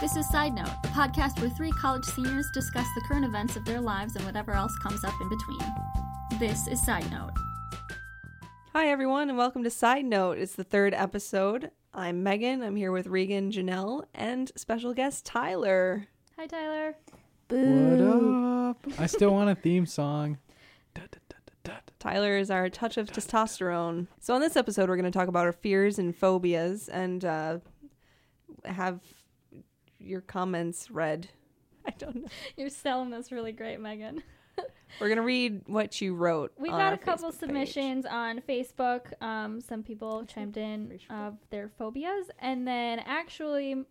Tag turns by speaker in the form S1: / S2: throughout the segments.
S1: This is Side Note, the podcast where three college seniors discuss the current events of their lives and whatever else comes up in between. This is Side Note.
S2: Hi, everyone, and welcome to Side Note. It's the third episode. I'm Megan. I'm here with Regan, Janelle, and special guest Tyler.
S1: Hi, Tyler.
S3: What up? I still want a theme song. Da, da, da, da, da.
S2: Tyler is our touch of testosterone. So, on this episode, we're going to talk about our fears and phobias and uh, have your comments read. I don't know.
S1: You're selling this really great, Megan.
S2: We're going to read what you wrote.
S1: We've
S2: on
S1: got
S2: our
S1: a couple
S2: Facebook page.
S1: submissions on Facebook. Um, some people chimed in of their phobias. And then actually,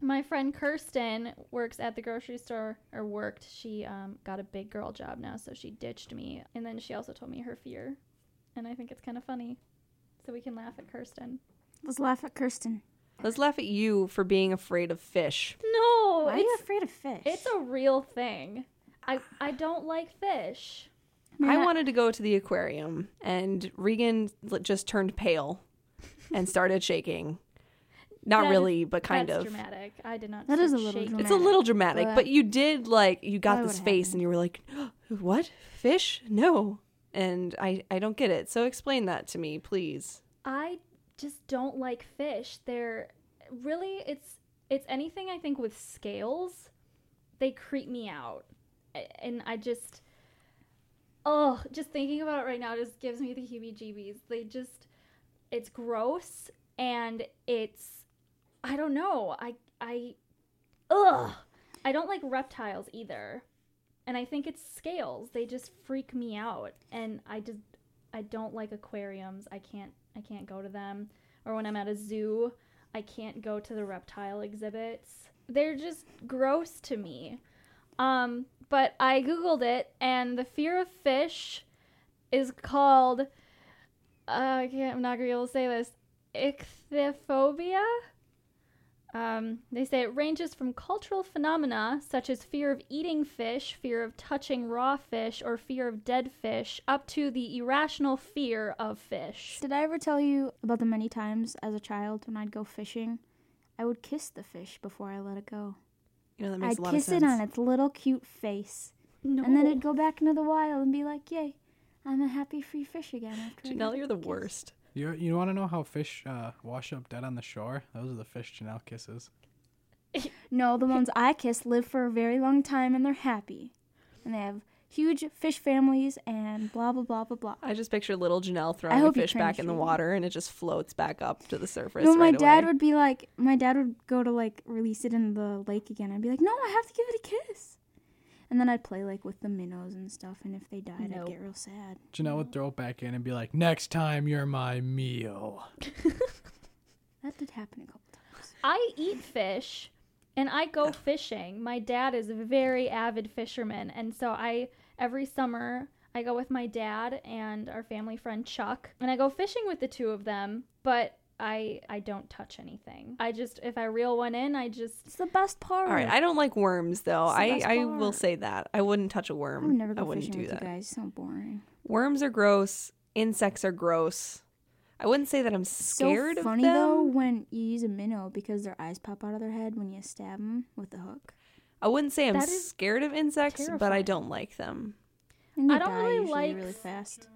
S1: my friend Kirsten works at the grocery store, or worked. She um, got a big girl job now, so she ditched me. And then she also told me her fear. And I think it's kind of funny. So we can laugh at Kirsten.
S4: Let's laugh at Kirsten.
S2: Let's laugh at you for being afraid of fish.
S1: No,
S4: Why are you
S1: Oh, it's,
S4: afraid of fish?
S1: it's a real thing. I, I don't like fish.
S4: You're
S2: I
S4: not-
S2: wanted to go to the aquarium, and Regan l- just turned pale and started shaking. Not
S1: That is-
S2: really, but kind
S1: That's
S2: of.
S1: dramatic. I did not.
S4: That
S1: say
S4: is a little
S1: shake.
S4: dramatic.
S2: It's a little dramatic,
S4: But-
S2: but you did like you got
S4: Why
S2: this
S4: would
S2: face,
S4: happen?
S2: and you were like, "What fish? No!" And I I don't get it. So explain that to me, please.
S1: I just don't like fish. They're really it's it's anything I think with scales. They creep me out, A- and I just oh, just thinking about it right now just gives me the heebie-jeebies. They just it's gross and it's I don't know. I I ugh. I don't like reptiles either. And I think it's scales. They just freak me out and I just I don't like aquariums. I can't I can't go to them. Or when I'm at a zoo, I can't go to the reptile exhibits. They're just gross to me. Um, but I googled it and the fear of fish is called uh, I can't, I'm not gonna be able to say this. Ichthyophobia. Um, they say it ranges from cultural phenomena such as fear of eating fish, fear of touching raw fish, or fear of dead fish, up to the irrational fear of fish.
S4: Did I ever tell you about the many times as a child when I'd go fishing, I would kiss the fish before I let it go.
S2: You know that makes
S4: I'd
S2: a lot
S4: kiss
S2: of sense.
S4: it on its little cute face,
S1: No.
S4: and then it'd go back into the wild and be like, "Yay, I'm a happy free fish again." After I
S2: Janelle,
S4: got
S2: you're the
S4: kissed."
S2: worst.
S3: You you want to know how fish uh, wash up dead on the shore? Those are the fish Janelle kisses.
S4: No, the ones I kiss live for a very long time and they're happy, and they have huge fish families and blah blah blah blah blah.
S2: I just picture little Janelle throwing a
S4: hope you
S2: fish back in the
S4: transfer.
S2: water, and it just floats back up to the surface.
S4: No, my
S2: right
S4: dad
S2: away.
S4: would be like, my dad would go to like release it in the lake again. I'd be like, no, I have to give it a kiss. And then I'd play like with the minnows and stuff. And if they died,
S1: Nope.
S4: I'd get real sad.
S3: Janelle would throw it back in and be like, "Next time, you're my meal."
S4: That did happen a couple times.
S1: I eat fish and I go fishing. My dad is a very avid fisherman and so I every summer I go with my dad and our family friend Chuck and I go fishing with the two of them, but I I don't touch anything. I just if I reel one in, I just
S4: It's the best part.
S2: All right, I don't like worms though.
S4: It's the
S2: I,
S4: best
S2: I will
S4: part.
S2: say that I wouldn't touch a worm.
S4: I would never
S2: I
S4: go
S2: wouldn't
S4: fishing
S2: do
S4: with
S2: that.
S4: you guys. So boring.
S2: Worms are gross. Insects are gross. I wouldn't say that I'm scared
S4: so funny
S2: of them.
S4: though when you use a minnow because their eyes pop out of their head when you stab them with the hook.
S2: I wouldn't say I'm
S1: That is
S2: scared of insects, but I
S1: terrifying.
S2: don't like them.
S4: And they
S1: I don't
S4: die
S1: really
S4: usually
S1: like
S4: really
S1: s-
S4: fast.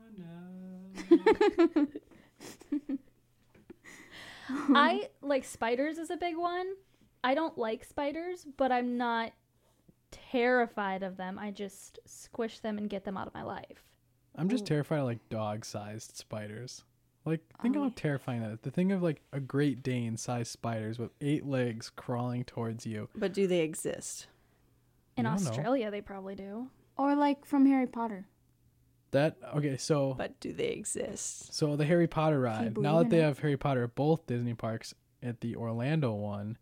S1: I like spiders is a big one. I don't like spiders, but I'm not terrified of them. I just squish them and get them out of my life.
S3: I'm just terrified of like dog-sized spiders. Like, think
S4: Oh,
S3: how
S4: yeah.
S3: terrifying that is. The thing of like a Great Dane-sized spiders with eight legs crawling towards you.
S2: But do they exist?
S1: In
S3: I don't know.
S1: Australia, they probably do.
S4: Or like from Harry Potter.
S3: That okay? So
S2: But do they exist?
S3: So the Harry Potter ride. Now
S4: believe
S3: that
S4: in
S3: they
S4: it.
S3: have Harry Potter at both Disney parks, at the Orlando one,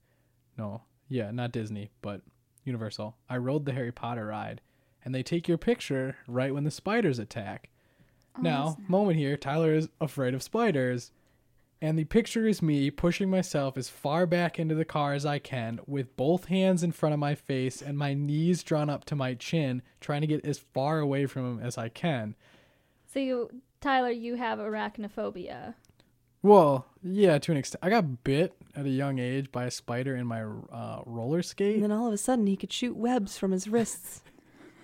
S3: no, yeah, not Disney, but Universal. I rode the Harry Potter ride, and they take your picture right when the spiders attack.
S4: Oh,
S3: now, moment here, Tyler is afraid of spiders, and the picture is me pushing myself as far back into the car as I can, with both hands in front of my face and my knees drawn up to my chin, trying to get as far away from him as I can.
S1: So you, Tyler, you have arachnophobia.
S3: Well, yeah, to an extent. I got bit at a young age by a spider in my uh, roller
S2: And
S3: skate.
S2: then all of a sudden, he could shoot webs from his wrists.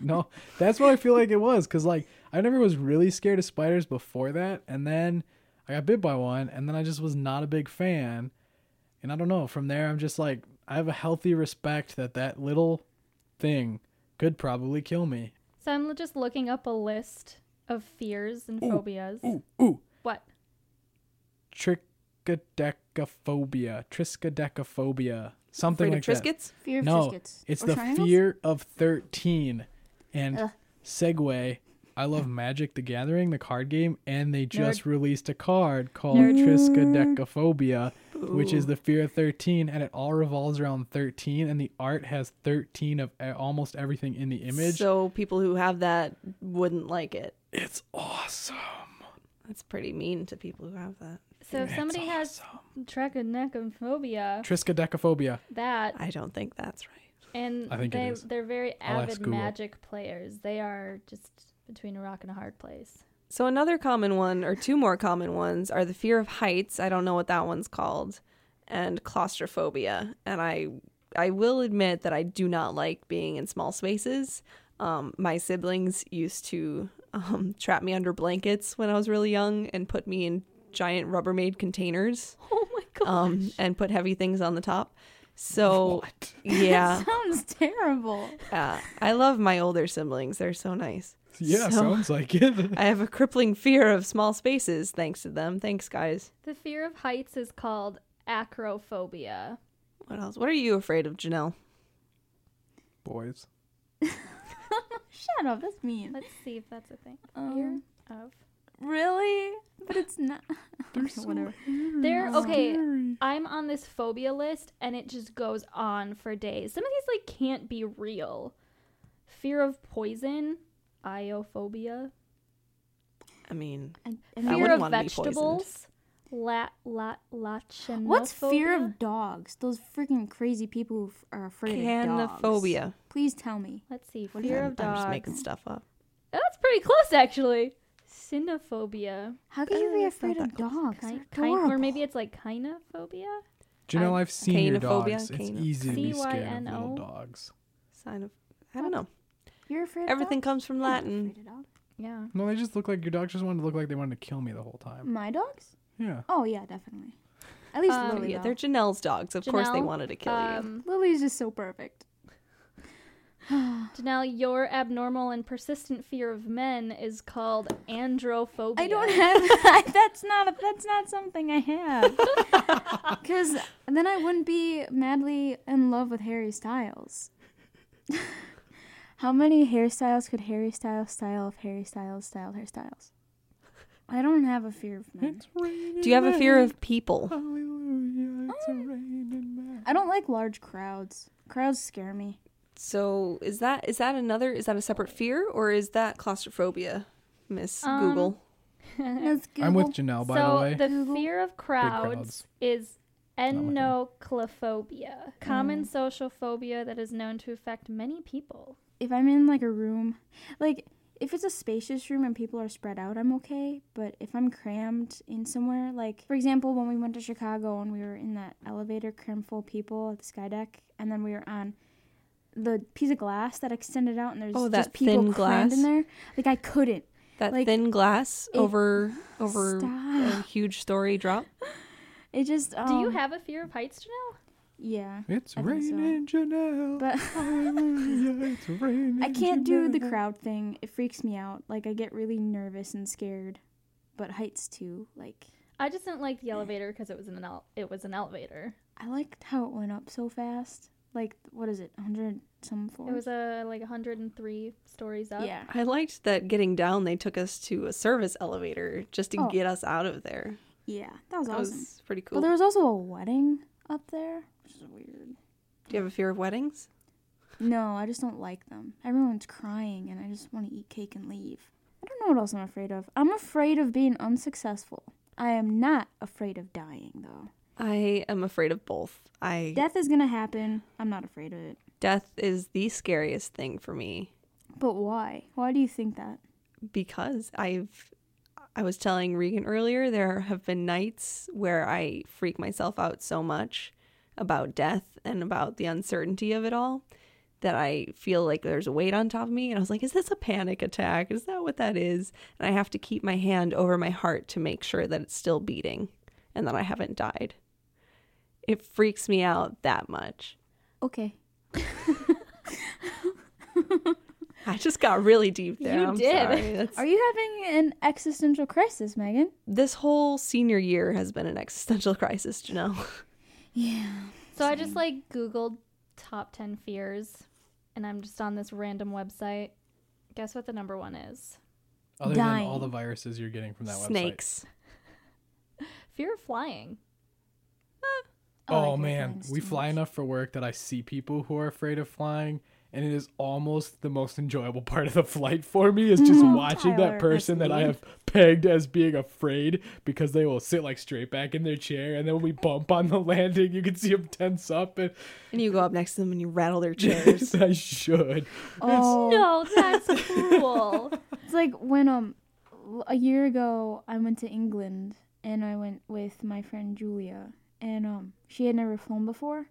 S3: No, that's what I feel like it was. Cause like I never was really scared of spiders before that, and then I got bit by one, and then I just was not a big fan. And I don't know. From there, I'm just like I have a healthy respect that that little thing could probably kill me.
S1: So I'm just looking up a list of fears and phobias.
S3: Ooh, ooh,
S1: What?
S3: trichodecaphobia, triskaidekaphobia, something
S2: Afraid
S3: like
S2: of
S3: that.
S2: Triscuits?
S4: Fear of
S3: No,
S4: Triscuits.
S3: it's
S4: Or
S3: the
S4: oh, triangles?
S3: fear of 13. And
S4: Ugh.
S3: segue, I love Magic the Gathering, the card game, and they just released a card called
S1: Nerd.
S3: Triskaidekaphobia, which is the fear of 13, and it all revolves around 13, and the art has 13 of uh, almost everything in the image.
S2: So people who have that wouldn't like it.
S3: it's awesome.
S2: That's pretty mean to people who have that.
S1: So if somebody has trichinophobia,
S3: Triskaidekaphobia.
S1: that
S2: I don't think that's right.
S1: and
S3: I think it
S1: they
S3: is.
S1: they're very
S3: I'll ask
S1: avid
S3: Google.
S1: magic players. They are just between a rock and a hard place.
S2: So another common one, or two more common ones, are the fear of heights. I don't know what that one's called, and claustrophobia. And I, I will admit that I do not like being in small spaces. Um, my siblings used to um, trap me under blankets when I was really young and put me in giant Rubbermaid containers
S1: Oh my god.
S2: um, and put heavy things on the top. So
S3: What?
S2: yeah,
S4: Sounds terrible.
S2: uh, I love my older siblings. They're so nice.
S3: Yeah,
S2: So-
S3: sounds like it.
S2: I have a crippling fear of small spaces thanks to them. Thanks, guys.
S1: The fear of heights is called acrophobia.
S2: What else? What are you afraid of, Janelle?
S3: Boys.
S4: Shut up. That's mean.
S1: Let's see if that's a thing.
S4: Um,
S1: Fear of
S4: really? But it's not. Okay, whatever.
S1: There okay, I'm on this phobia list and it just goes on for days. Some of these like can't be real. Fear of poison, iophobia,
S2: I mean,
S4: I, I
S2: I
S4: mean-
S1: fear
S2: wouldn't
S1: of
S2: wanna be poisoned.
S1: vegetables, la la lachinophobia.
S4: What's fear of dogs? Those freaking crazy people who f- are afraid of dogs.
S2: canophobia.
S4: Please tell me.
S1: Let's see.
S4: What is
S1: Fear
S2: I'm,
S1: of
S2: I'm
S1: dogs.
S2: just making stuff up.
S1: Oh, that's pretty close actually. Cynophobia.
S4: How could you
S2: Uh,
S4: be
S2: it's not
S4: afraid of
S2: that close.
S4: dogs?
S1: Kind,
S4: They're
S1: kind, or
S4: adorable.
S1: maybe it's like kinophobia.
S3: Do you know I've seen your
S2: Canophobia?
S3: dogs? It's
S2: Cano-
S3: easy to be scared of
S1: C Y N O?
S3: little dogs.
S2: Sign of. I don't know.
S4: You're afraid of
S2: Everything
S4: dogs?
S2: comes from
S4: I'm not
S2: Latin.
S4: afraid of dogs.
S1: Yeah.
S3: No, they just look like your dogs just wanted to look like they wanted to kill me the whole time.
S4: My dogs?
S3: Yeah.
S4: Oh, yeah, definitely. At least
S1: Um,
S4: Lily.
S2: Oh, yeah,
S4: though.
S2: they're Janelle's dogs. Of course, they
S1: Janelle,
S2: wanted to kill you.
S1: Um,
S4: Lily's just so perfect.
S1: Janelle, your abnormal and persistent fear of men is called androphobia.
S4: I don't have that's not a, that's not something I have. Cuz then I wouldn't be madly in love with Harry Styles. How many hairstyles could Harry Styles style if Harry Styles styled hairstyles? I don't have a fear of men.
S3: Hmm?
S2: Do you have a fear of people?
S3: Hallelujah, it's raining man.
S4: I don't like large crowds. Crowds scare me.
S2: So is that is that another? Is that a separate fear or is that claustrophobia? Miss
S1: Um,
S2: Google.
S4: That's Google.
S3: I'm with Janelle, Oh, by
S1: so
S3: the way.
S1: fear of crowds,
S3: crowds.
S1: is
S3: my thing.
S1: enoclophobia, common
S4: Mm.
S1: social phobia that is known to affect many people.
S4: if I'm in like a room, like if it's a spacious room and people are spread out, I'm okay. But if I'm crammed in somewhere, like for example, when we went to Chicago and we were in that elevator crammed full of people at the skydeck, and then we were on the piece of glass that extended out, and there's
S2: Oh,
S4: just
S2: that
S4: people
S2: thin
S4: crammed in
S2: glass?
S4: there. Like I couldn't.
S2: That
S4: like,
S2: thin glass
S4: it-
S2: over over a
S4: Stop.
S2: huge story drop.
S4: It just. Um,
S1: Do you have a fear of heights, Janelle?
S4: Yeah.
S3: It's
S4: I think so.
S3: raining, Janelle.
S4: But
S3: Hallelujah, it's raining.
S4: I can't do the
S3: Janelle.
S4: crowd thing. It freaks me out. Like I get really nervous and scared. But heights too. Like
S1: I just didn't like the elevator because it was an el- it was an elevator.
S4: I liked how it went up so fast. Like what is it, hundred some floors?
S1: It was a like 103 stories up.
S4: yeah,
S2: I liked that getting down, they took us to a service elevator just to
S4: Oh.
S2: get us out of there.
S4: yeah, that was
S2: That
S4: awesome.
S2: was pretty
S4: But
S2: cool.
S4: there was also a wedding up there, which is weird.
S2: Do you have a fear of weddings?
S4: No, I just don't like them. Everyone's crying, and I just want to eat cake and leave. I don't know what else I'm afraid of. I'm afraid of being unsuccessful. I am not afraid of dying though.
S2: I am afraid of both. I death,
S4: Death is gonna happen. I'm not afraid of it.
S2: is the scariest thing for me
S4: But why? Why do you think that?
S2: because I've I was telling Regan earlier, there have been nights where I freak myself out so much about death and about the uncertainty of it all that I feel like there's a weight on top of me. And I was like, is this a panic attack? Is that what that is? And I have to keep my hand over my heart to make sure that it's still beating and that I haven't died. It freaks me out that much.
S4: Okay.
S2: I just got really deep there.
S1: You
S2: I'm
S1: did.
S2: sorry. That's-
S4: Are you having an existential crisis, Megan?
S2: this whole senior year has been an existential crisis, Janelle.
S4: Yeah.
S1: So I just like Googled top 10 fears and I'm just on this random website. Guess what the number one is?
S3: Other
S4: Dying.
S3: than all the viruses you're getting from that
S2: Snakes.
S1: Fear of flying.
S3: website.
S4: I
S3: Oh,
S4: hate
S3: man,
S4: flying
S3: we
S4: so
S3: fly
S4: much.
S3: enough for work that I see people who are afraid of flying, and it is almost the most enjoyable part of the flight for me is just watching
S4: Mm-hmm. Tyler,
S3: that person that I have pegged as being afraid because they will sit like straight back in their chair, and then when we bump on the landing, you can see them tense up, and
S2: And you go up next to them and you rattle their chairs.
S3: yes, I should.
S4: Oh,
S1: No, that's cruel.
S4: It's like when um a year ago I went to England and I went with my friend Julia and um she had never flown before.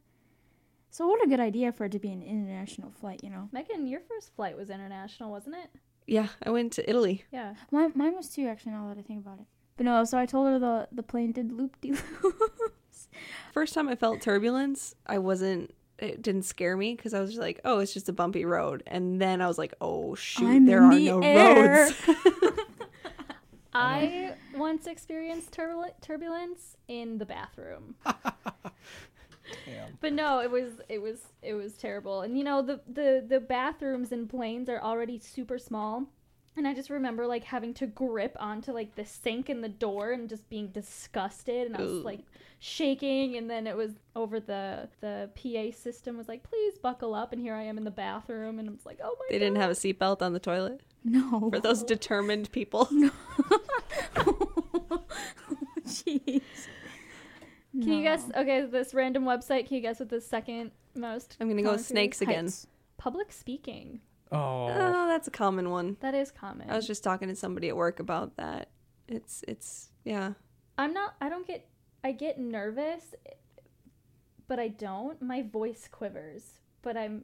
S4: So what a good idea for it to be an international flight, you know.
S1: Megan, your first flight was international, wasn't it?
S2: yeah, I went to Italy.
S1: Yeah.
S4: My, mine was too actually now that I think about it. But no, so I told her the the plane did loop de loops.
S2: First time I felt turbulence, I wasn't. It didn't scare me because I was just like, "Oh, it's just a bumpy road." And then I was like, "Oh shoot,
S4: I'm
S2: there
S4: in
S2: are
S4: the
S2: no
S4: air.
S2: roads."
S1: I once experienced turbul- turbulence in the bathroom. But no, it was it was it was terrible. And you know, the the the bathrooms in planes are already super small. And I just remember like having to grip onto like the sink and the door and just being disgusted and I was
S2: Ooh.
S1: like shaking and then it was over the the PA system was like, "Please buckle up." And here I am in the bathroom and I'm just like, "Oh my
S2: They didn't have a seatbelt on the toilet
S4: No.
S2: for those determined people.
S4: Jeez.
S1: Can you guess okay, this random website, can you guess what the second most
S2: I'm gonna go
S1: common
S2: with
S1: fear is?
S2: snakes again.
S1: Public speaking.
S3: Oh,
S2: Oh, that's a common one.
S1: That is common.
S2: I was just talking to somebody at work about that. It's it's yeah.
S1: I'm not. I don't get. I get nervous, but I don't. My voice quivers, but I'm.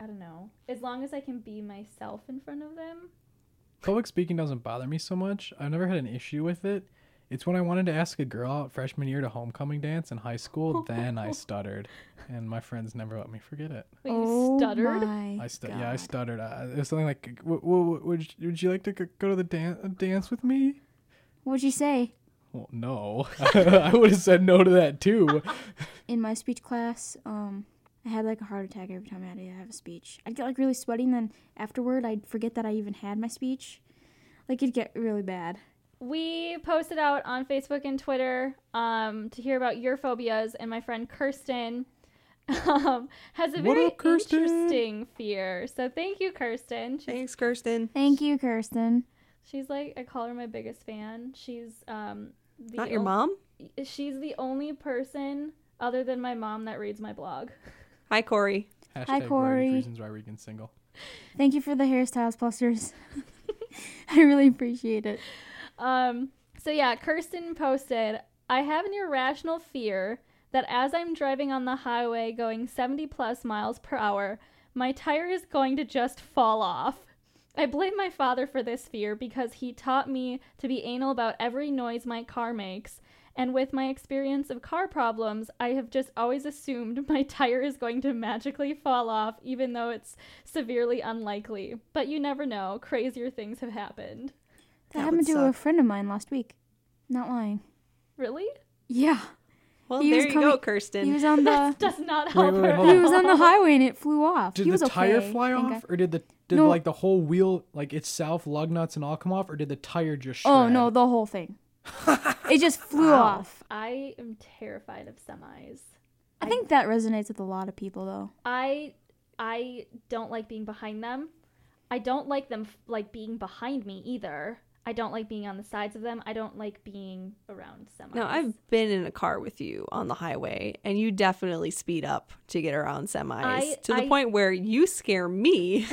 S1: I don't know. As long as I can be myself in front of them.
S3: public speaking doesn't bother me so much. I've never had an issue with it. It's when I wanted to ask a girl out freshman year to homecoming dance in high school, then I stuttered, and my friends never let me forget it.
S1: Wait, you stuttered.
S4: Oh my
S3: I stu- yeah, I
S4: God.
S3: stuttered. Uh, it was something like, w- w- "Would you, would you like to g- go to the dan- uh, dance with me?"
S4: What'd you say?
S3: Well, no, I would have said no to that too.
S4: in my speech class, um, I had like a heart attack every time I had to have a speech. I'd get like really sweaty, and then afterward, I'd forget that I even had my speech. Like it'd get really bad.
S1: We posted out on Facebook and Twitter um, to hear about your phobias, and my friend Kirsten um, has a
S3: What
S1: very
S3: up, Kirsten?
S1: interesting fear. So thank you, Kirsten. She
S2: Thanks, Kirsten.
S4: Thank you, Kirsten.
S1: She's like I call her my biggest fan. She's um the
S2: Not your
S1: on-
S2: mom.
S1: She's the only person other than my mom that reads my blog.
S2: Hi, Corey.
S3: Hashtag
S4: Corey.
S3: Reagan's Reasons why Regan's single.
S4: Thank you for the hairstyles plusters. I really appreciate it.
S1: Um, so yeah, Kirsten posted, I have an irrational fear that as I'm driving on the highway going 70 plus miles per hour, my tire is going to just fall off. I blame my father for this fear because he taught me to be anal about every noise my car makes. And with my experience of car problems, I have just always assumed my tire is going to magically fall off, even though it's severely unlikely. But you never know, crazier things have happened.
S4: That,
S2: That
S4: happened
S2: would
S4: to a
S2: suck.
S4: friend of mine last week. Not lying.
S1: Really?
S4: Yeah,
S2: Well,
S4: He was
S2: there you go,
S4: coming-
S2: Kirsten.
S4: he was on the
S1: does not
S3: Wait,
S1: help
S3: wait, wait,
S1: her.
S3: hold
S1: at
S4: he was on the
S1: all.
S4: highway and it flew off.
S3: Did
S4: he
S3: the
S4: was
S3: tire
S4: okay,
S3: fly
S4: thank
S3: off,
S4: God.
S3: or did the did
S4: No.
S3: like the whole wheel, like itself, lug nuts and all come off, or did the tire just? Shred?
S4: Oh no, the whole thing. it just flew off.
S1: I am terrified of semis.
S4: I think that resonates with a lot of people though.
S1: I I don't like being behind them. I don't like them like being behind me either. I don't like being on the sides of them. I don't like being around semis.
S2: Now, I've been in a car with you on the highway, and you definitely speed up to get around semis
S1: I-
S2: to the
S1: I-
S2: point where you scare me,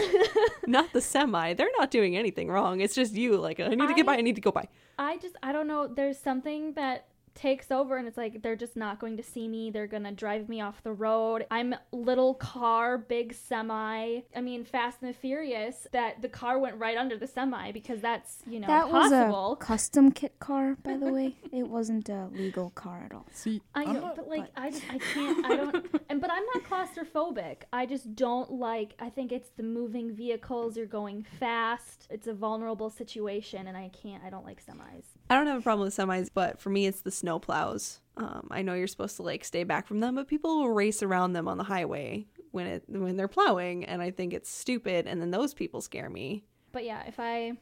S2: not the semi. They're not doing anything wrong. It's just you, like, I need to get by, I need to go by.
S1: I just I don't know. There's something that takes over and it's like they're just not going to see me. They're gonna drive me off the road. I'm little car, big semi. I mean Fast and the Furious that the car went right under the semi because that's, you know,
S4: that
S1: possible.
S4: was a custom kit car, by the way. it wasn't a legal car at all.
S3: See,
S1: I
S3: I'm
S1: know,
S3: not-
S1: but like I just I can't I don't and but I'm not claustrophobic. I just don't like I think it's the moving vehicles, you're going fast. It's a vulnerable situation and I can't I don't like semis.
S2: I don't have a problem with semis, but for me, it's the snow plows. Um, I know you're supposed to like stay back from them, but people will race around them on the highway when it when they're plowing, and I think it's stupid. And then those people scare me.
S1: But yeah, if I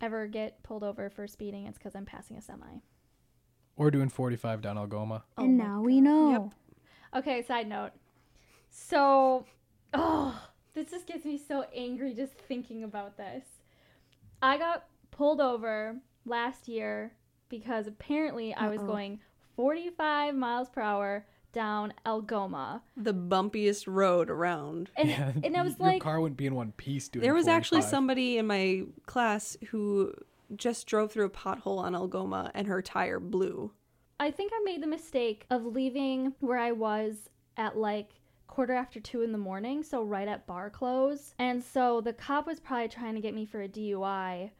S1: ever get pulled over for speeding, it's because I'm passing a semi.
S3: or doing 45 down Algoma.
S1: Oh
S4: and
S1: my
S4: now we know.
S1: Okay, side note. So, oh, this just gets me so angry just thinking about this. I got pulled over last year because apparently I was
S2: Uh-oh.
S1: going 45 miles per hour down Algoma.
S2: The bumpiest road around.
S1: And, and I was
S3: your
S1: like,
S3: car wouldn't be in one piece. Doing
S2: There was actually
S3: 45.
S2: somebody in my class who just drove through a pothole on Algoma, and her tire blew.
S1: I think I made the mistake of leaving where I was at like quarter after two in the morning, so right at bar close. And so the cop was probably trying to get me for a DUI.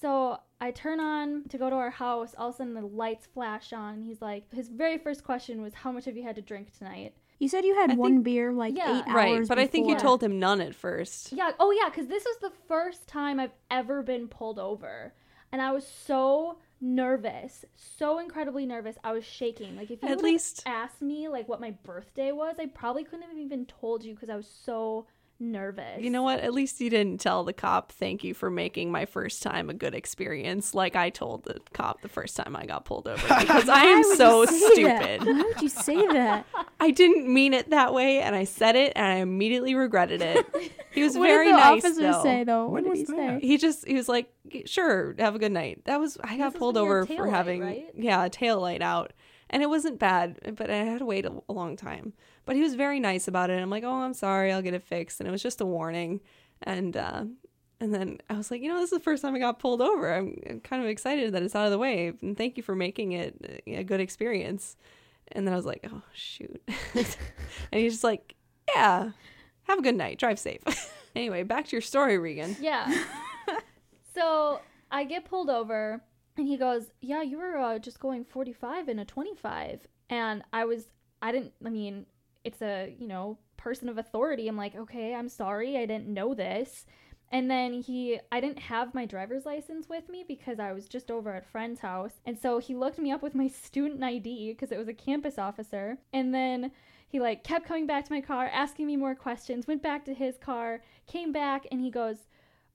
S1: So I turn on to go to our house. All of a sudden, the lights flash on. He's like, his very first question was, How much have you had to drink tonight?
S4: You said you had
S2: I
S4: one
S2: think-
S4: beer like
S1: Yeah.
S4: eight
S2: right,
S4: hours
S2: but I think you
S4: before.
S2: told him none at first.
S1: Yeah. Oh, yeah. Because this was the first time I've ever been pulled over. And I was so nervous, so incredibly nervous. I was shaking. Like, if you
S2: At
S1: would've
S2: least-
S1: asked me, like, what my birthday was, I probably couldn't have even told you because I was so nervous.
S2: You know what? At least you didn't tell the cop, thank you for making my first time a good experience, like I told the cop the first time I got pulled over. Because I am
S4: Why would
S2: so
S4: you say that?
S2: stupid.
S4: Why would you say that?
S2: I didn't mean it that way, and I said it, and I immediately regretted it. He was
S4: what
S2: very
S4: did the
S2: nice.
S4: officer
S2: though.
S4: say though?
S3: What
S4: What, did
S3: was
S4: he
S3: that?
S4: say?
S2: He just, he was like, sure, have a good night. That was, I
S1: This
S2: got
S1: is
S2: pulled
S1: when you had
S2: over
S1: tail
S2: for
S1: light,
S2: having,
S1: right?
S2: yeah, a tail light out. And it wasn't bad, but I had to wait a, a long time. But he was very nice about it. I'm like, oh, I'm sorry, I'll get it fixed. And it was just a warning. And, uh, and then I was like, you know, this is the first time I got pulled over. I'm, I'm kind of excited that it's out of the way. And thank you for making it a a good experience. And then I was like, oh, shoot. and he's just like, yeah, have a good night. Drive safe. anyway, back to your story, Regan.
S1: Yeah. so I get pulled over, and he goes, "Yeah, you were uh, just going 45 in a 25," and I was, I didn't. I mean, it's a you know person of authority. I'm like, okay, I'm sorry, I didn't know this. And then he, I didn't have my driver's license with me because I was just over at a friend's house. And so he looked me up with my student ID because it was a campus officer. And then he like kept coming back to my car, asking me more questions, went back to his car, came back, and he goes,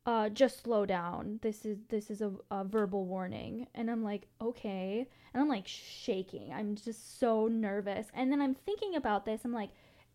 S1: uh, just slow down. This is this is a, a verbal warning, and I'm like, okay, and I'm like shaking. I'm just so nervous, and then I'm thinking about this. I'm like,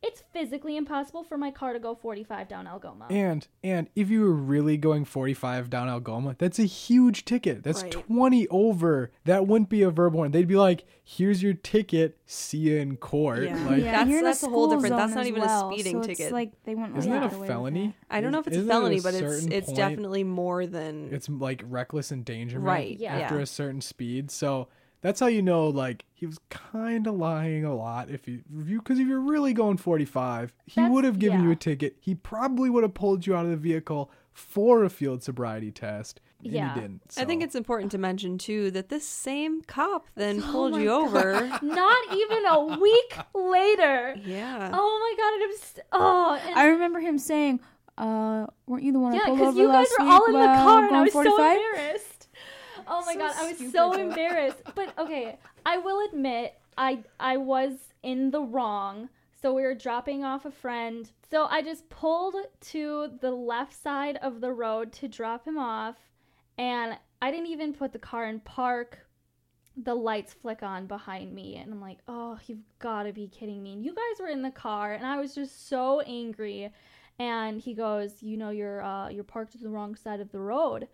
S1: it's physically impossible for my car to go 45 down Algoma.
S3: And and if you were really going 45 down Algoma, that's a huge ticket. That's
S2: Right.
S3: 20 over. That wouldn't be a verbal one. They'd be like, "Here's your ticket. See you in court."
S2: Yeah.
S3: Like,
S2: That's-
S4: you're in
S2: that's a whole
S4: school
S2: different- that's
S4: zone
S2: not
S4: as
S2: even a
S4: well,
S2: speeding
S4: so it's
S2: ticket.
S4: Like they wouldn't.
S3: isn't
S4: let
S3: that
S4: you get away
S3: a
S4: with
S3: felony?
S2: I don't know if it's a
S3: Isn't it at
S2: felony, but it's
S3: certain
S2: it's
S3: point-
S2: definitely more than
S3: it's like reckless endangerment
S2: Right, yeah.
S3: after
S2: Yeah.
S3: a certain speed. So that's how you know like he was kind of lying a lot if you because if you're really going 45, he
S1: That's-
S3: would have given you
S1: yeah.
S3: a ticket. He probably would have pulled you out of the vehicle for a field sobriety test. And
S1: Yeah.
S3: he didn't.
S2: I think
S3: so.
S2: it's important to mention too that this same cop then
S1: Oh
S2: pulled
S1: my
S2: you
S1: God.
S2: over.
S1: Not even a week later.
S2: yeah.
S1: Oh my god, and I'm st- oh, and
S4: I remember him saying, uh, "Weren't you the one
S1: yeah,
S4: I pulled
S1: because
S4: over
S1: you guys
S4: last
S1: were
S4: week
S1: all in the
S4: while
S1: car, and I
S4: going
S1: was
S4: 45?"
S1: so embarrassed. Oh my
S2: So
S1: god, I was
S2: stupid,
S1: so
S2: though.
S1: embarrassed. But okay, I will admit, I I was in the wrong. So we were dropping off a friend. So I just pulled to the left side of the road to drop him off, and I didn't even put the car in park. The lights flick on behind me, and I'm like, "Oh, you've got to be kidding me!" And you guys were in the car, and I was just so angry and he goes, "You know, you're uh, you're parked to the wrong side of the road."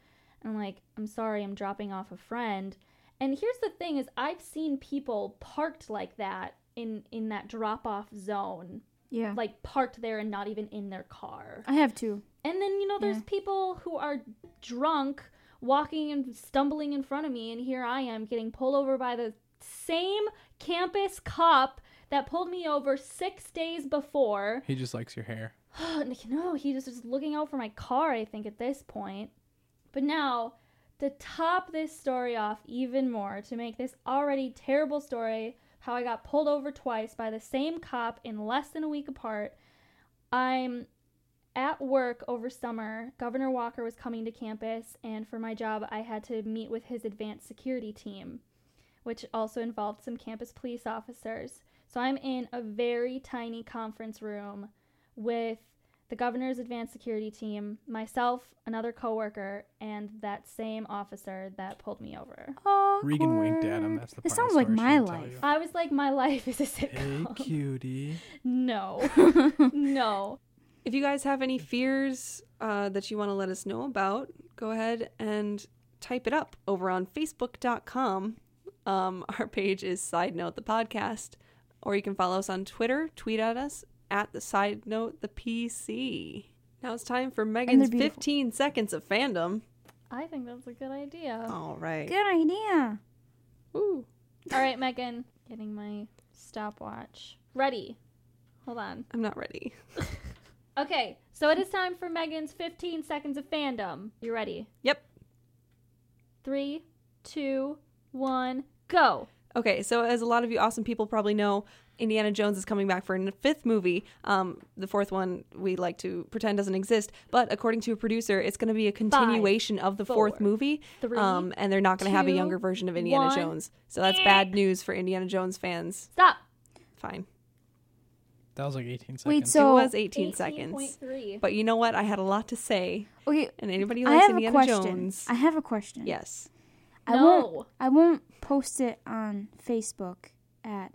S1: and like i'm sorry i'm dropping off a friend and here's the thing is i've seen people parked like that in in that drop off zone
S4: Yeah.
S1: like parked there and not even in their car
S4: I have two.
S1: and then you know there's
S4: Yeah.
S1: people who are drunk walking and stumbling in front of me and here i am getting pulled over by the same campus cop that pulled me over six days before
S3: He just likes your hair.
S1: no, he just is looking out for my car, I think, at this point. But now, to top this story off even more, to make this already terrible story, how I got pulled over twice by the same cop in less than a week apart, I'm at work over summer. Governor Walker was coming to campus, and for my job, I had to meet with his advanced security team, which also involved some campus police officers. So I'm in a very tiny conference room with the governor's advanced security team, myself, another coworker, and that same officer that pulled me over.
S3: Regan winked at him. That's the
S4: It
S3: part of
S4: sounds
S3: the
S4: like
S3: story she
S4: my
S3: didn't tell
S4: life.
S3: you.
S1: I was like, my life is a sitcom.
S3: Hey, cutie.
S1: No, no.
S2: If you guys have any fears uh, that you want to let us know about, go ahead and type it up over on Facebook.com. Um, our page is Side Note the Podcast, or you can follow us on Twitter, tweet at us at the Side Note the PC. Now it's time for Megan's
S4: beautiful.
S2: 15 seconds of fandom.
S1: I think that's a good idea.
S2: All right.
S4: Good idea.
S2: Ooh.
S1: All right, Megan, getting my stopwatch ready. Hold on.
S2: I'm not ready.
S1: Okay, so it is time for Megan's 15 seconds of fandom. You ready?
S2: Yep.
S1: Three, two, one, go.
S2: Okay, so as a lot of you awesome people probably know, Indiana Jones is coming back for a fifth movie. Um, the fourth one we like to pretend doesn't exist, but according to a producer, it's going to be a continuation of the fourth
S1: four,
S2: movie.
S1: three,
S2: um, and they're not going to have a
S1: two,
S2: younger version of Indiana
S1: one.
S2: Jones, so that's bad news for Indiana Jones fans.
S1: Stop.
S2: Fine,
S3: That was like 18 seconds.
S4: Wait,
S2: it
S4: So-
S2: was 18 seconds,
S1: 18.3.
S2: but you know what? I had a lot to say,
S4: Okay,
S2: and anybody who
S4: I
S2: likes
S4: have a
S2: Indiana
S4: question.
S2: Jones,
S4: I have a question.
S2: yes,
S4: I
S1: No.
S4: won't I won't post it on Facebook at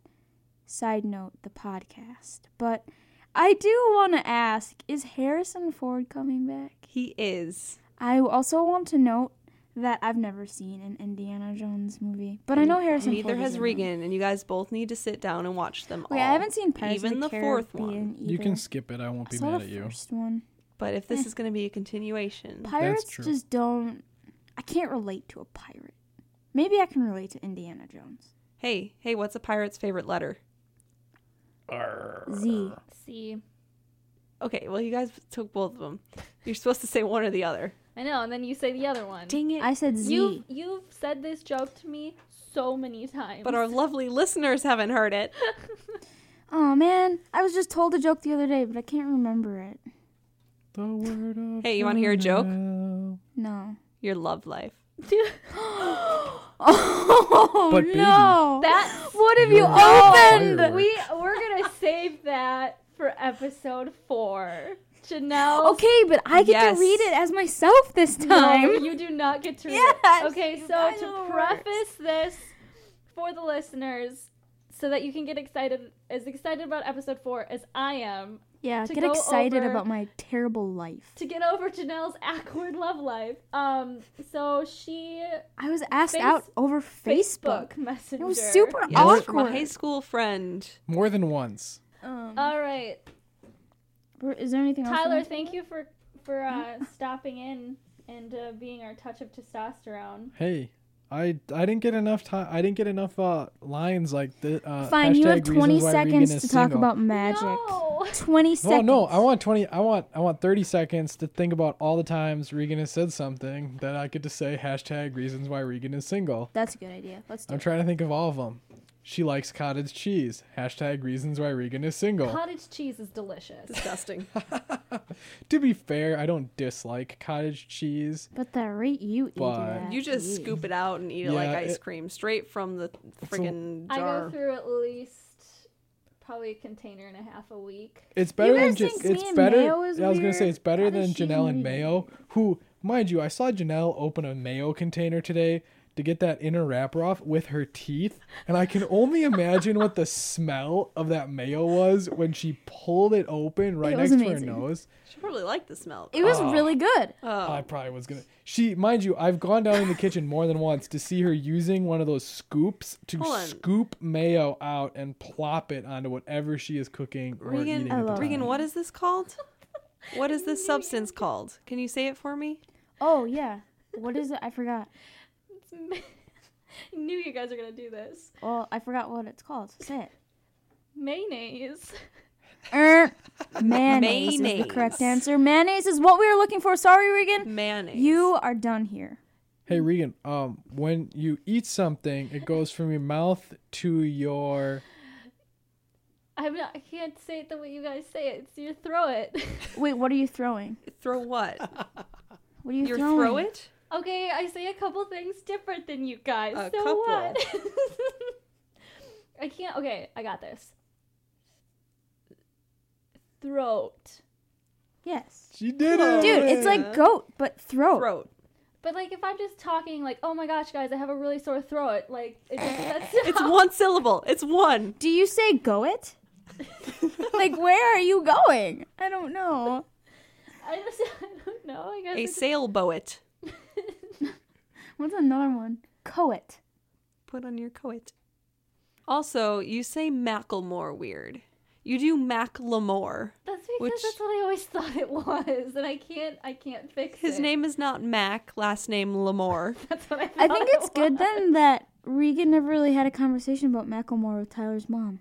S4: side note the podcast. But I do want to ask is Harrison Ford coming back?
S2: he is.
S4: I also want to note that I've never seen an Indiana Jones movie, but I
S1: Mm.
S4: know Harrison
S2: Neither
S4: Ford is
S2: has
S4: in them.
S2: Regan, and you guys both need to sit down and watch them
S4: Wait,
S2: all.
S4: I haven't seen Pirates
S2: even
S4: of the,
S2: the fourth one.
S4: Caribbean Either.
S3: you can skip it. I won't
S4: I
S3: be
S4: saw
S3: mad
S4: the
S3: at you.
S4: first one.
S2: But if
S4: Eh.
S2: this is going to be a continuation,
S4: Pirates
S3: true.
S4: just don't. I can't relate to a pirate. Maybe I can relate to Indiana Jones.
S2: hey, hey, what's a pirate's favorite letter?
S4: Z.
S1: See.
S2: Okay, well, you guys took both of them. You're supposed to say one or the other.
S1: I know, and then you say the other one.
S2: Dang it.
S4: I said Z.
S1: You've you've said this joke to me so many times.
S2: but our lovely listeners haven't heard it.
S4: Oh man, I was just told a joke the other day, but I can't remember it.
S3: The word of
S2: Hey, you wanna hear a joke?
S3: mouth.
S4: No.
S2: Your love life.
S4: Oh
S3: But baby-
S4: no!
S1: that
S4: what have you
S3: You're a
S4: opened?
S3: pirate.
S1: we we're gonna save that for episode four. Janelle,
S4: Okay, but I get
S2: Yes.
S4: to read it as myself this time.
S1: no, you do not get to read.
S4: Yes,
S1: it. Okay,
S4: you
S1: so
S4: guys are
S1: to
S4: the
S1: preface this for the listeners, so that you can get excited as excited about episode four as I am,
S4: yeah,
S1: To
S4: get
S1: go
S4: excited
S1: over-
S4: about my terrible life.
S1: to get over Janelle's awkward love life. Um, so she
S4: I was asked
S1: Face-
S4: out over Facebook.
S1: Messenger.
S4: It was super
S3: Yes.
S2: Or
S4: awkward.
S2: from a high school friend.
S3: More than once.
S4: Um,
S1: All right,
S4: is there anything else?
S1: Tyler, thank you for for uh, stopping in and uh, being our touch of testosterone.
S3: Hey, I I didn't get enough time. I didn't get enough uh, lines like this. Uh,
S4: Fine, you have
S3: hashtag
S4: 20
S3: reasons why Regan
S4: seconds
S3: is
S4: to talk
S3: single.
S4: about magic.
S1: No.
S4: 20
S3: Well,
S4: seconds.
S3: no, I want twenty. I want I want thirty seconds to think about all the times Regan has said something that I get to say hashtag reasons why Regan is single.
S4: That's a good idea. Let's do
S3: I'm
S4: it.
S3: trying to think of all of them. She likes cottage cheese. Hashtag reasons why Regan is single.
S1: Cottage cheese is delicious.
S2: Disgusting.
S3: to be fair, I don't dislike cottage cheese.
S4: But the rate you eat
S3: But-
S4: it at,
S2: you just
S4: ew.
S2: scoop it out and eat it like
S3: Yeah,
S2: ice
S3: it-
S2: cream, straight from the
S3: a-
S2: friggin'
S1: I
S2: jar.
S1: go through at least probably a container and a half a week.
S3: It's better
S4: guys
S3: than just.
S4: think me
S3: It's
S4: and
S3: better.
S4: mayo is
S3: I was gonna say
S4: weird?
S3: it's better
S4: How
S3: than
S4: does she
S3: Janelle and
S4: read?
S3: Mayo, who, mind you, I saw Janelle open a mayo container today to get that inner wrapper off with her teeth. And I can only imagine what the smell of that mayo was when she pulled it open right
S4: It
S3: next
S4: was
S3: to her
S4: amazing.
S3: nose.
S2: She probably liked the smell.
S4: It was
S3: Oh.
S4: really good.
S3: I probably was gonna. She, mind you, I've gone down in the kitchen more than once to see her using one of those scoops to
S2: Hold on.
S3: scoop mayo out and plop it onto whatever she is cooking or
S2: Regan,
S3: eating. at the
S4: love it.
S2: Regan,
S3: time.
S2: what is this called? What is this substance called? Can you say it for me?
S4: Oh yeah. What is it? I forgot.
S1: knew you guys are gonna do this.
S4: Well, I forgot what it's called. Say it.
S1: Mayonnaise.
S4: Er, mayonnaise, is
S2: Mayonnaise.
S4: the correct answer. Mayonnaise is what we were looking for. Sorry, Regan.
S2: Mayonnaise.
S4: You are done here.
S3: Hey Regan, um, when you eat something, it goes from your mouth to your.
S1: I'm not. I can't say it the way you guys say it. It's your throw it.
S4: Wait, what are you throwing?
S2: throw what?
S4: What are you
S2: Your
S4: throwing?
S2: throw it?
S1: okay, I say a couple things different than you guys.
S2: A
S1: so what? I can't. Okay, I got this. Throat.
S4: Yes.
S3: She did it,
S4: Dude, it's like goat, but throat.
S2: Throat.
S1: But like, if I'm just talking, like, oh my gosh, guys, I have a really sore throat. Like, it just, that's not-
S2: It's one syllable. It's one.
S4: Do you say goet? like, where are you going? I don't know.
S1: I just, I don't know. I guess.
S2: A
S1: it's-
S2: sailboat.
S4: What's another one? Coet.
S2: Put on your coat. Also, you say Macklemore weird. You do Macklemore.
S1: that's because
S2: which-
S1: that's what I always thought it was, and I can't. I can't fix
S2: His
S1: it.
S2: name is not Mac, last name Lamore.
S1: That's what I. Thought
S4: I think
S1: it
S4: it's good
S1: was.
S4: then that Regan never really had a conversation about Macklemore with Tyler's mom.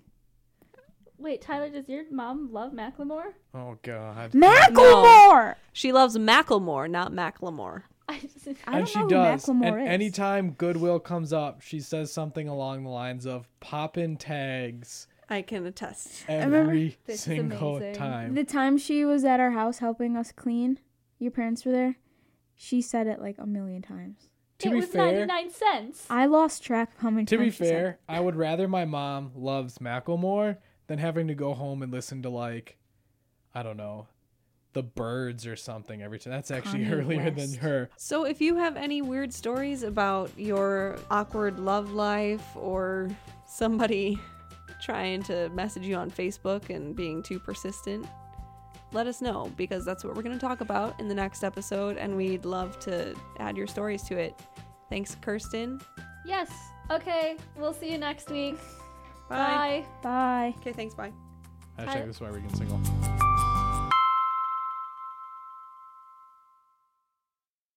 S1: Wait, Tyler, does your mom love Macklemore?
S3: Oh God.
S4: Macklemore!
S2: She loves Macklemore, not Macklemore.
S1: I just,
S3: and
S4: I don't
S3: she
S4: know who
S3: does.
S4: Macklemore
S3: and
S4: is.
S3: anytime Goodwill comes up, she says something along the lines of "poppin' tags"
S2: I can attest.
S4: remember-
S3: every
S1: This is
S3: single
S1: amazing.
S3: time.
S4: The time she was at our house helping us clean, your parents were there, she said it like a million times.
S3: to
S1: it
S3: be
S1: was
S3: fair,
S1: 99 cents.
S4: I lost track of how many
S3: to
S4: times
S3: be
S4: she said
S3: fair, I would rather my mom loves Macklemore than having to go home and listen to like, I don't know, the Birds or something every time. That's actually
S4: Kanye
S3: earlier
S4: West.
S3: than her.
S2: So, if you have any weird stories about your awkward love life or somebody trying to message you on Facebook and being too persistent, let us know because that's what we're going to talk about in the next episode, and we'd love to add your stories to it. Thanks, Kirsten.
S1: Yes. Okay. We'll see you next week. Bye.
S4: Bye.
S2: Okay, thanks. Bye.
S3: Hashtag
S1: Tyler-
S3: this is why Regan single.